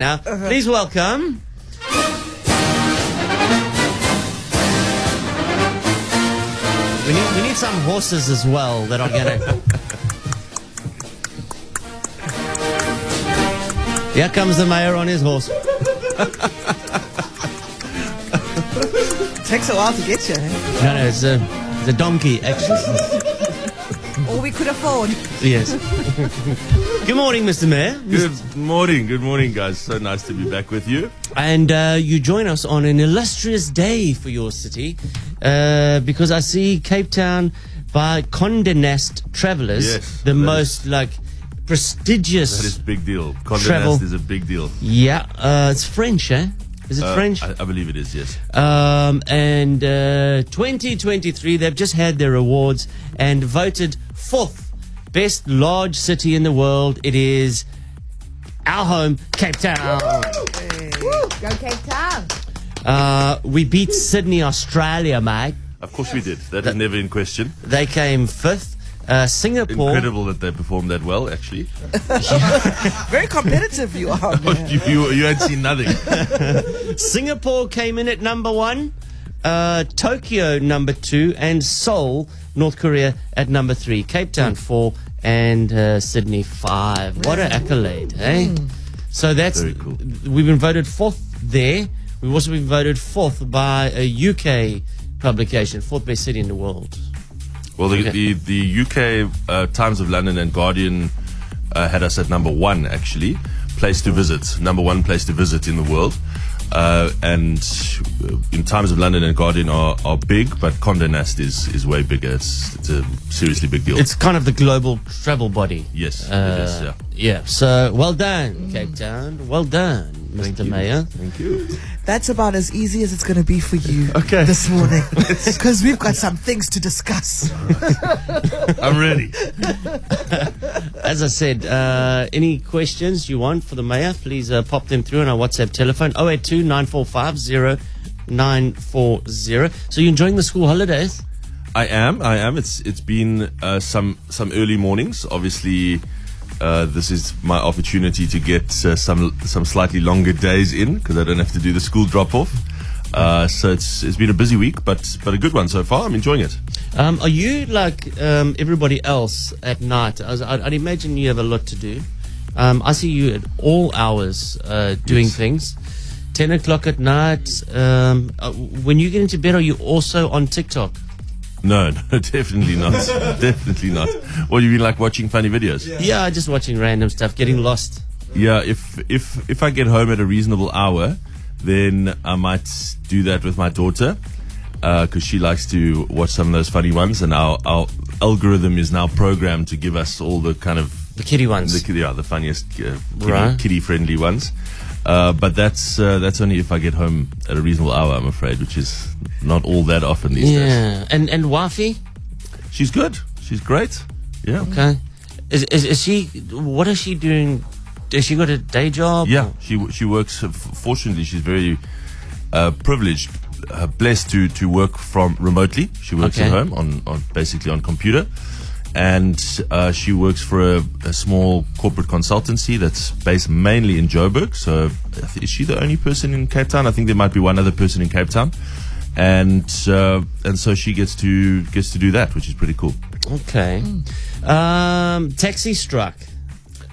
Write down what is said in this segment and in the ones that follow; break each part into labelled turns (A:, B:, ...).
A: Now, please welcome. We need, we need some horses as well that are gonna. Here comes the mayor on his horse.
B: Takes a while to get you.
A: No, no, it's a, it's a donkey, actually.
B: All we could afford.
A: Yes. Good morning, Mr. Mayor.
C: Good morning, good morning, guys. So nice to be back with you.
A: And uh, you join us on an illustrious day for your city uh, because I see Cape Town by Condé Nest Travelers,
C: Yes,
A: the
C: that
A: most like prestigious.
C: That is big deal. Condé
A: Travel.
C: Nast is a big deal.
A: yeah, uh, it's French, eh? Is it
C: Uh,
A: French?
C: I, I believe it is. Yes.
A: Um, and uh, 2023, they've just had their awards and voted fourth best large city in the world. It is our home, Cape Town.
D: Go Cape Town.
A: Uh, we beat Sydney, Australia, mate.
C: Of course we did. That is never in question.
A: They came fifth. Uh, Singapore.
C: Incredible that they performed that well. Actually,
B: Very competitive you are. man.
C: you, you you had seen nothing.
A: Singapore came in at number one. Uh, Tokyo number two, and Seoul, North Korea at number three. Cape
C: Hmm.
A: Town four, and uh, Sydney five. What an accolade, eh? So that's
C: Hmm. Very cool.
A: We've been voted fourth there. We've also been voted fourth by a UK publication, fourth best city in the world.
C: Well, the
A: Okay.
C: the, the UK uh, Times of London and Guardian uh, had us at number one. Actually, place to visit. Number one place to visit in the world. Uh, and uh, in Times of London and Guardian are, are big, but Condé Nast is, is way bigger. It's, it's a seriously big deal.
A: It's kind of the global travel body.
C: Yes, it is,
A: Uh,
C: yeah. Hmm.
A: yeah. So well done, Cape Town. Well done, Mr. Mayor.
C: Thank you.
B: That's about as easy as it's going to be for you okay. this morning. Because we've got some things to discuss.
C: I'm ready.
A: As I said, uh, any questions you want for the mayor, please uh, pop them through on our WhatsApp telephone 082 9450 940. So you enjoying the school holidays?
C: I am. I am. It's it's been uh, some some early mornings. Obviously, uh, this is my opportunity to get uh, some some slightly longer days in because I don't have to do the school drop off. Uh, so it's it's been a busy week, but but a good one so far. I'm enjoying it.
A: Um, are you like um, everybody else at night? I was, I'd, I'd imagine you have a lot to do. Um, I see you at all hours uh, doing things. 10 o'clock at night. Um, uh, when you get into bed, are you also on TikTok?
C: No, no, definitely not. definitely not. What do you mean, like watching funny videos?
A: Yeah, just watching random stuff, getting lost.
C: Yeah, if if if I get home at a reasonable hour, then I might do that with my daughter because she likes to watch some of those funny ones, and our our algorithm is now programmed to give us all the kind of
A: The kitty ones.
C: the yeah, the funniest uh,
A: Right.
C: kiddie friendly ones. Uh, but that's uh, that's only if I get home at a reasonable hour, I'm afraid, which is not all that often these days.
A: yeah. And and Wafi?
C: She's good. She's great. Yeah.
A: Okay. Is, is, is she, what is she doing? Has she got a day job?
C: Yeah, she she works. uh, f- Fortunately, she's very uh, privileged, uh, blessed to to work from remotely. She works
A: Okay.
C: at home on, on basically on computer, and uh, she works for a, a small corporate consultancy that's based mainly in Joburg. So, I thi- is she the only person in Cape Town? I think there might be one other person in Cape Town, and uh, and so she gets to gets to do that, which is pretty cool.
A: Okay.
B: Hmm.
A: Um, taxi struck.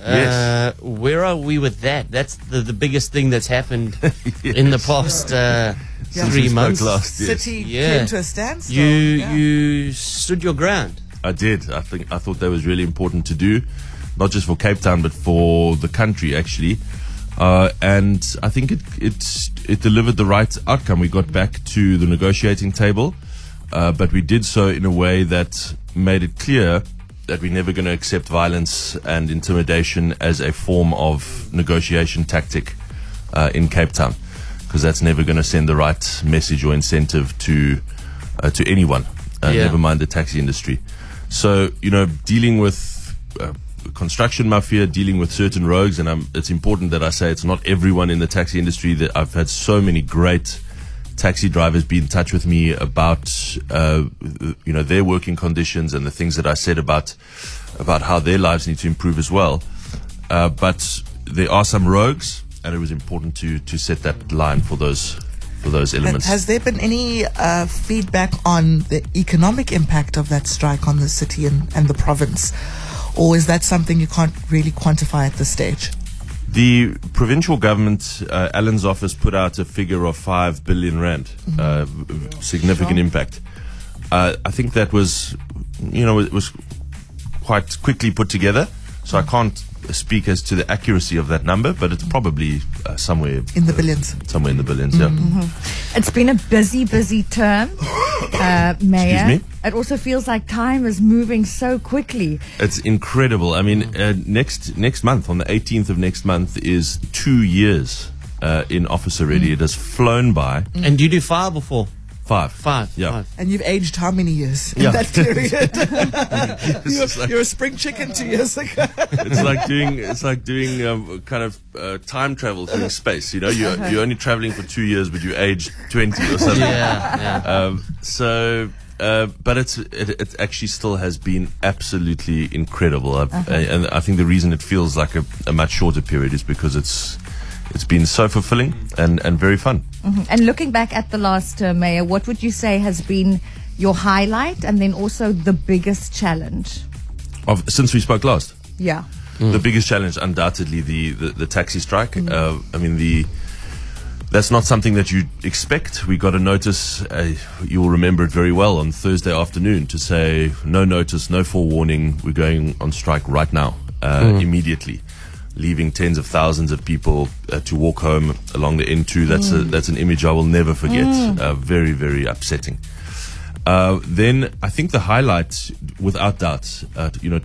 A: Uh, where are we with that? That's the, the biggest thing that's happened in the past uh,
B: Yeah.
A: three
C: Since we spoke
A: months.
C: last, yes.
B: City
A: Yeah.
B: came to a standstill.
A: You
B: Yeah.
A: you stood your ground.
C: I did. I think I thought that was really important to do, not just for Cape Town but for the country actually. Uh, and I think it it it delivered the right outcome. We got back to the negotiating table, uh, but we did so in a way that made it clear that we're never going to accept violence and intimidation as a form of negotiation tactic uh, in Cape Town, because that's never going to send the right message or incentive to uh, to anyone, uh,
A: Yeah.
C: never mind the taxi industry. So you know, dealing with uh, construction mafia, dealing with certain rogues, and i it's important that I say it's not everyone in the taxi industry. That I've had so many great taxi drivers be in touch with me about uh, you know their working conditions and the things that I said about about how their lives need to improve as well. Uh, but there are some rogues and it was important to to set that line for those for those elements.
B: Has there been any uh, feedback on the economic impact of that strike on the city and, and the province? Or is that something you can't really quantify at this stage?
C: The provincial government, uh, Alan's office, put out a figure of five billion rand, uh, v-
B: Mm-hmm.
C: significant impact. Uh, I think that was, you know, it was quite quickly put together. So I can't speak as to the accuracy of that number, but it's probably uh, somewhere Uh,
B: In the billions. Mm-hmm.
C: Somewhere in the 1000000000s Yeah.
D: It's been a busy, busy term, uh, Mayor.
C: Excuse me?
D: It also feels like time is moving so quickly.
B: Mm-hmm.
C: It's incredible. I mean, uh, next next month, on the 18th of next month, is two years uh, in office
B: Mm.
C: already. It has flown by.
A: And you do five or four?
C: Five.
A: Five.
C: Yeah.
A: Five.
B: And you've aged how many years in
C: Yeah.
B: that period?
C: It's
B: you're,
C: just like-
B: you're a spring chicken two years ago.
C: it's like doing it's like doing um, kind of uh, time travel through space. You know, you're you're only traveling for two years, but you age twenty or something.
A: Yeah, yeah.
C: Um, so, uh, but it's it, it actually still has been absolutely incredible, I've, and I think the reason it feels like a, a much shorter period is because it's it's been so fulfilling and and very fun.
D: And looking back at the last term, Mayor, what would you say has been your highlight and then also the biggest challenge?
C: Of since we spoke last.
D: Yeah.
C: The biggest challenge, undoubtedly, the the, the taxi strike. Uh, I mean, the that's not something that you expect. We got a notice. Uh, you'll remember it very well on Thursday afternoon to say no notice, no forewarning. We're going on strike right now, uh, immediately, leaving tens of thousands of people uh, to walk home along the N2. That's a, that's an image I will never forget. Uh, very very upsetting. Uh, then I think the highlight, without doubt, uh, you know,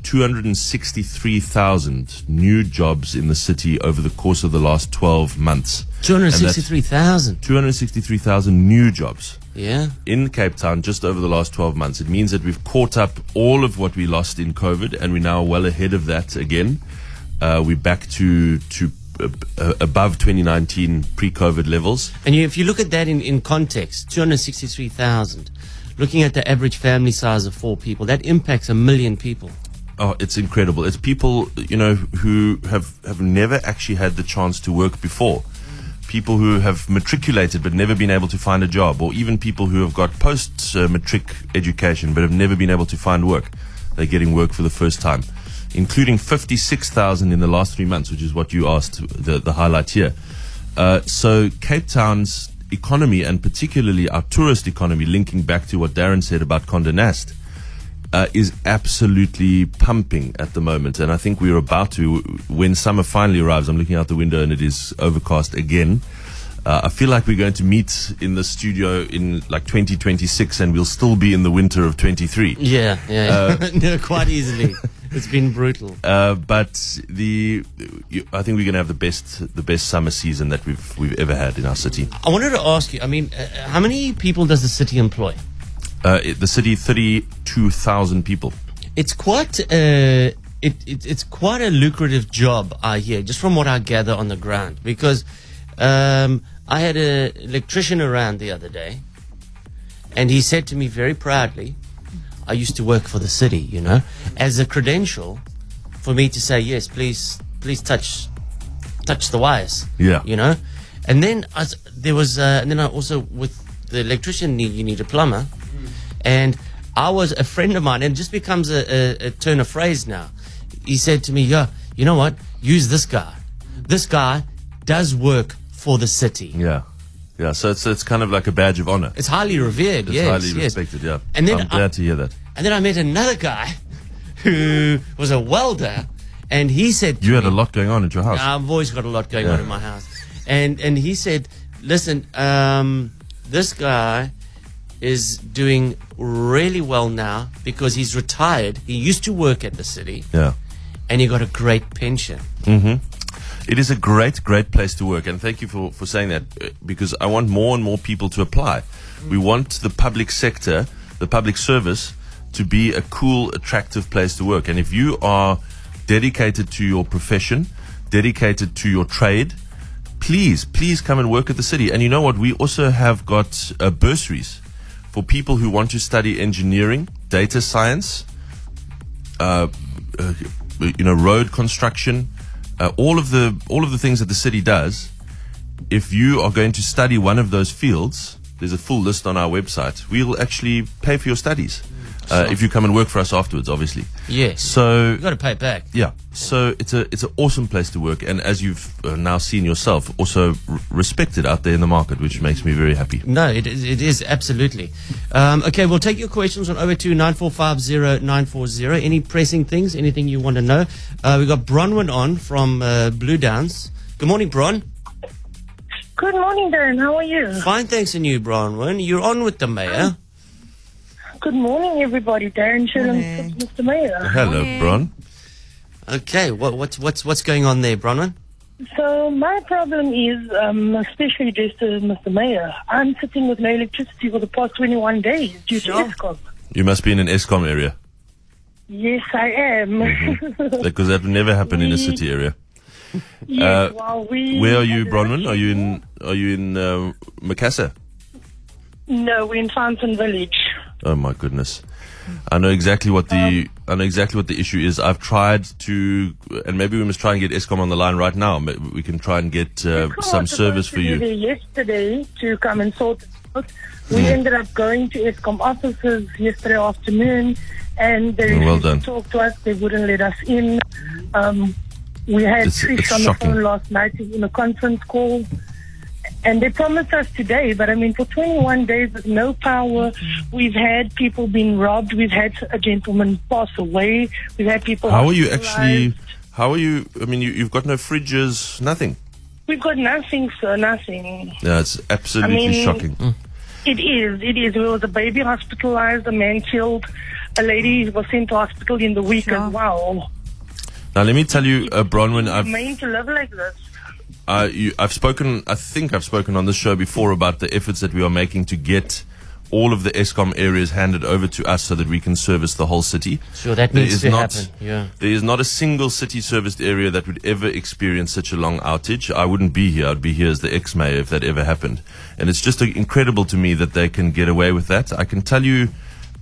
C: 263,000 new jobs in the city over the course of the last 12 months. And that's
A: 263,000.
C: 263,000 new jobs
A: Yeah.
C: in Cape Town just over the last 12 months. It means that we've caught up all of what we lost in COVID and we're now well ahead of that again. Uh, we're back to, to uh, uh, above 2019 pre COVID levels.
A: And you, if you look at that in, in context, 263,000, looking at the average family size of four people, that impacts a million people.
C: Oh, it's incredible. It's people, you know, who have, have never actually had the chance to work before. People who have matriculated but never been able to find a job, or even people who have got post uh, matric education but have never been able to find work. They're getting work for the first time, including 56,000 in the last three months, which is what you asked, the, the highlight here. Uh, so Cape Town's economy, and particularly our tourist economy, linking back to what Darren said about Condé Nast, uh, is absolutely pumping at the moment. And I think we're about to, when summer finally arrives, I'm looking out the window and it is overcast again. Uh, I feel like we're going to meet in the studio in like 2026 and we'll still be in the winter of 23.
A: Yeah, yeah. no, quite easily. It's been brutal.
C: Uh, but the, you- I think we're going to have the best, the best summer season that we've, we've ever had in our city.
A: I wanted to ask you, I mean, uh, how many people does the city employ?
C: Uh, it- the city, 32,000 people.
A: It's quite a it, it it's quite a lucrative job I hear, just from what I gather on the ground. Because um, I had an electrician around the other day, and he said to me very proudly, "I used to work for the city, you know, as a credential for me to say yes, please, please touch touch the wires."
C: Yeah.
A: you know. And then I, s- there was, uh, and then I also with the electrician, need, you need a plumber,
C: Mm.
A: and I was a friend of mine, and it just becomes a, a, a turn of phrase now. He said to me, "Yeah, you know what? Use this guy. This guy does work for the city."
C: Yeah. Yeah. So it's, it's kind of like a badge of honor.
A: It's highly revered.
C: It's
A: yes,
C: highly
A: yes.
C: respected. Yeah.
A: And then
C: I'm
A: I-
C: glad to hear that.
A: And then I met another guy who was a welder, and he said, to
C: You had
A: me-
C: a lot going on at your house.
A: I've always got a lot going
C: Yeah.
A: on in my house. And and he said, listen, um, this guy is doing really well now because he's retired. He used to work at the city,
C: Yeah.
A: and he got a great pension.
C: It is a great, great place to work. And thank you for, for saying that uh, because I want more and more people to apply. We want the public sector, the public service, to be a cool, attractive place to work. And if you are dedicated to your profession, dedicated to your trade, please, please come and work at the city. And you know what? We also have got uh, bursaries for people who want to study engineering, data science, uh, you know, road construction, uh, all of the all of the things that the city does. If you are going to study one of those fields, there's a full list on our website. We'll actually pay for your studies uh, if you come and work for us afterwards, obviously.
A: Yes.
C: So
A: you got to pay it back.
C: yeah. So it's a it's an awesome place to work, and as you've uh, now seen yourself, also r- respected out there in the market, which makes me very happy.
A: No, it is, it is absolutely. Um, okay, we'll take your questions on 082 9450 940. Any pressing things, anything you want to know? Uh, we got Bronwyn on from uh, Blue Downs. Good morning, Bron.
E: Good morning, Darren. How are you?
A: Fine, thanks, and you, Bronwyn. You're on with the mayor.
E: Good morning, everybody. Darren Shillam,
B: Morning.
E: Mr. Mayor.
C: Hello, Bron.
A: Okay, what, what's what's what's going on there, Bronwyn?
E: So my problem is, um, especially just to Mr. Mayor, I'm sitting with no electricity for the past 21 days due
A: Sure.
E: to ESCOM.
C: You must be in an ESCOM area
E: Yes, I am.
C: because that would never happen in a city area.
E: yes,
C: Uh,
E: well, we
C: Where are you, Bronwyn? Are you in Are you in um, Macassar?
E: No, we're in Fountain Village.
C: Oh my goodness. I know exactly what the I know exactly what the issue is. I've tried to, and maybe we must try and get ESCOM on the line right now. Maybe We can try and get uh,
E: Because
C: some
E: I was
C: service
E: supposed
C: for
E: to be
C: you.
E: there yesterday to come and sort it out. We
C: Hmm.
E: ended up going to ESCOM offices yesterday afternoon, and they
C: Well
E: refused
C: done.
E: to talk to us. They wouldn't let us in. Um, we had
C: It's-
E: Trish
C: it's
E: on
C: shocking.
E: the phone last night in a conference call, and they promised us today. But I mean, for 21 days with no power, we've had people being robbed. We've had a gentleman pass away. We've had people.
C: How are you
E: hospitalized.
C: actually? How are you? I mean, you, you've got no fridges, nothing.
E: We've got nothing, sir. Nothing.
C: Yeah, it's absolutely
E: I mean-
C: shocking.
E: It is. It is. There was a baby hospitalized, a man killed, a lady was sent to hospital in the week
D: Sure.
E: as well.
C: Now, let me tell you, uh, Bronwyn, I've
E: Made to live like this.
C: I, you, I've spoken. I think I've spoken on this show before about the efforts that we are making to get all of the ESCOM areas handed over to us so that we can service the whole city.
A: Sure, that
C: There
A: needs
C: is
A: to
C: not-
A: happen. Yeah.
C: There is not a single city serviced area that would ever experience such a long outage. I wouldn't be here. I'd be here as the ex mayor if that ever happened. And it's just uh, incredible to me that they can get away with that. I can tell you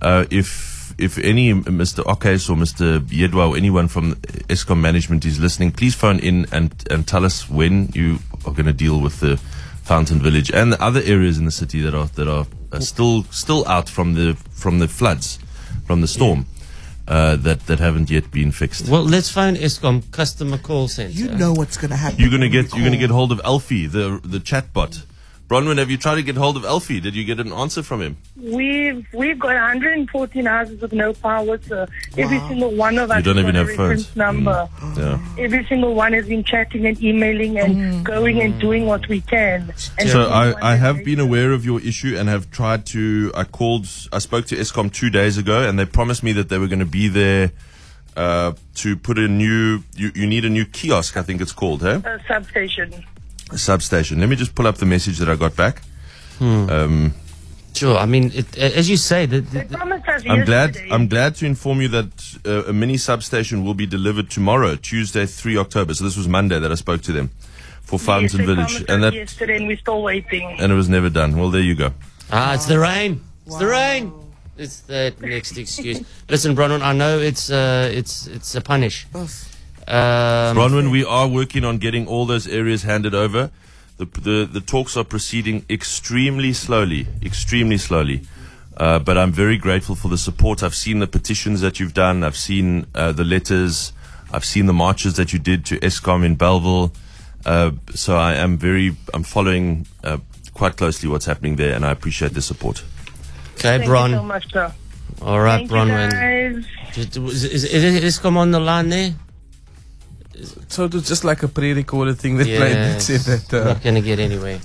C: uh, if. If any Mr. Okes or Mr. Yedwa or anyone from ESCOM management is listening, please phone in and, and tell us when you are going to deal with the Fountain Village and the other areas in the city that are that are uh, still still out from the from the floods, from the storm, uh, that that haven't yet been fixed.
A: Well, let's phone ESCOM customer call center.
B: You know what's going to happen.
C: You're gonna get you're gonna get hold of Alfie, the the chatbot. Bronwyn, have you tried to get hold of Alfie? Did you get an answer from him?
E: We've we've got 114 houses with no power. So every single one of us
C: You don't
E: has
C: even
E: got a
C: have phones. Mm.
E: reference number.
C: Yeah.
E: Every single one has been chatting and emailing and going and doing what we can. And
C: So
E: everyone
C: I, I
E: has
C: have
E: made
C: been aware of your issue and have tried to. I called. I spoke to ESCOM two days ago, and they promised me that they were going to be there uh, to put a new. You, you need a new kiosk, I think it's called, huh?
E: a substation.
C: A substation. Let me just pull up the message that I got back. Um,
A: Sure, I mean, it, as you say, the, the,
E: They promised us
C: I'm glad.
E: yesterday.
C: I'm glad to inform you that uh, a mini substation will be delivered tomorrow, Tuesday, three October. So this was Monday that I spoke to them for
E: Yes,
C: Fountain
E: they
C: Village,
E: promised
C: and
E: us
C: that
E: yesterday, and we're still waiting.
C: and it was never done. Well, there you go.
A: Ah, it's the rain. It's the rain. It's that next excuse. Listen, Bronwyn, I know it's uh, it's it's a punish.
B: Ugh.
A: Um,
C: Bronwyn, we are working on getting all those areas handed over. The, the, the talks are proceeding extremely slowly, extremely slowly. Uh, but I'm very grateful for the support. I've seen the petitions that you've done. I've seen uh, the letters. I've seen the marches that you did to ESCOM in Belleville. Uh, so I am very, I'm following uh, quite closely what's happening there, and I appreciate the support.
A: okay,
E: Thank
A: Bron.
E: you so much, sir.
A: All right,
E: Thank you,
A: Bronwyn.
E: guys.
A: Just- Is, is, is, is come on the line there?
F: So it was just like a pre-recorded thing that played that
A: Yes.
F: said that uh,
A: Not gonna get anywhere.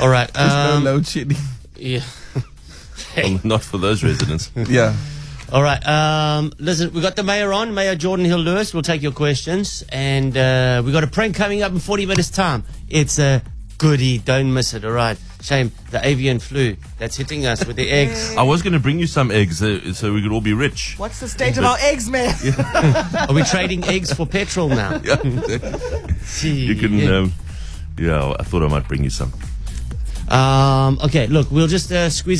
A: All right.
F: there's
A: Um,
F: no load shedding.
A: yeah.
C: Well, not for those residents.
F: yeah.
A: All right. Um, listen, we got the mayor on, Mayor Jordan Hill Lewis. We'll take your questions, and uh, we got a prank coming up in 40 minutes' time. It's a goodie. Don't miss it. All right. Shame the avian flu that's hitting us with the eggs.
C: I was going to bring you some eggs uh, so we could all be rich.
B: What's the state of our eggs, man?
A: Are we trading eggs for petrol now?
C: You can, um, yeah, I thought I might bring you some.
A: Um, okay, look, we'll just uh, squeeze.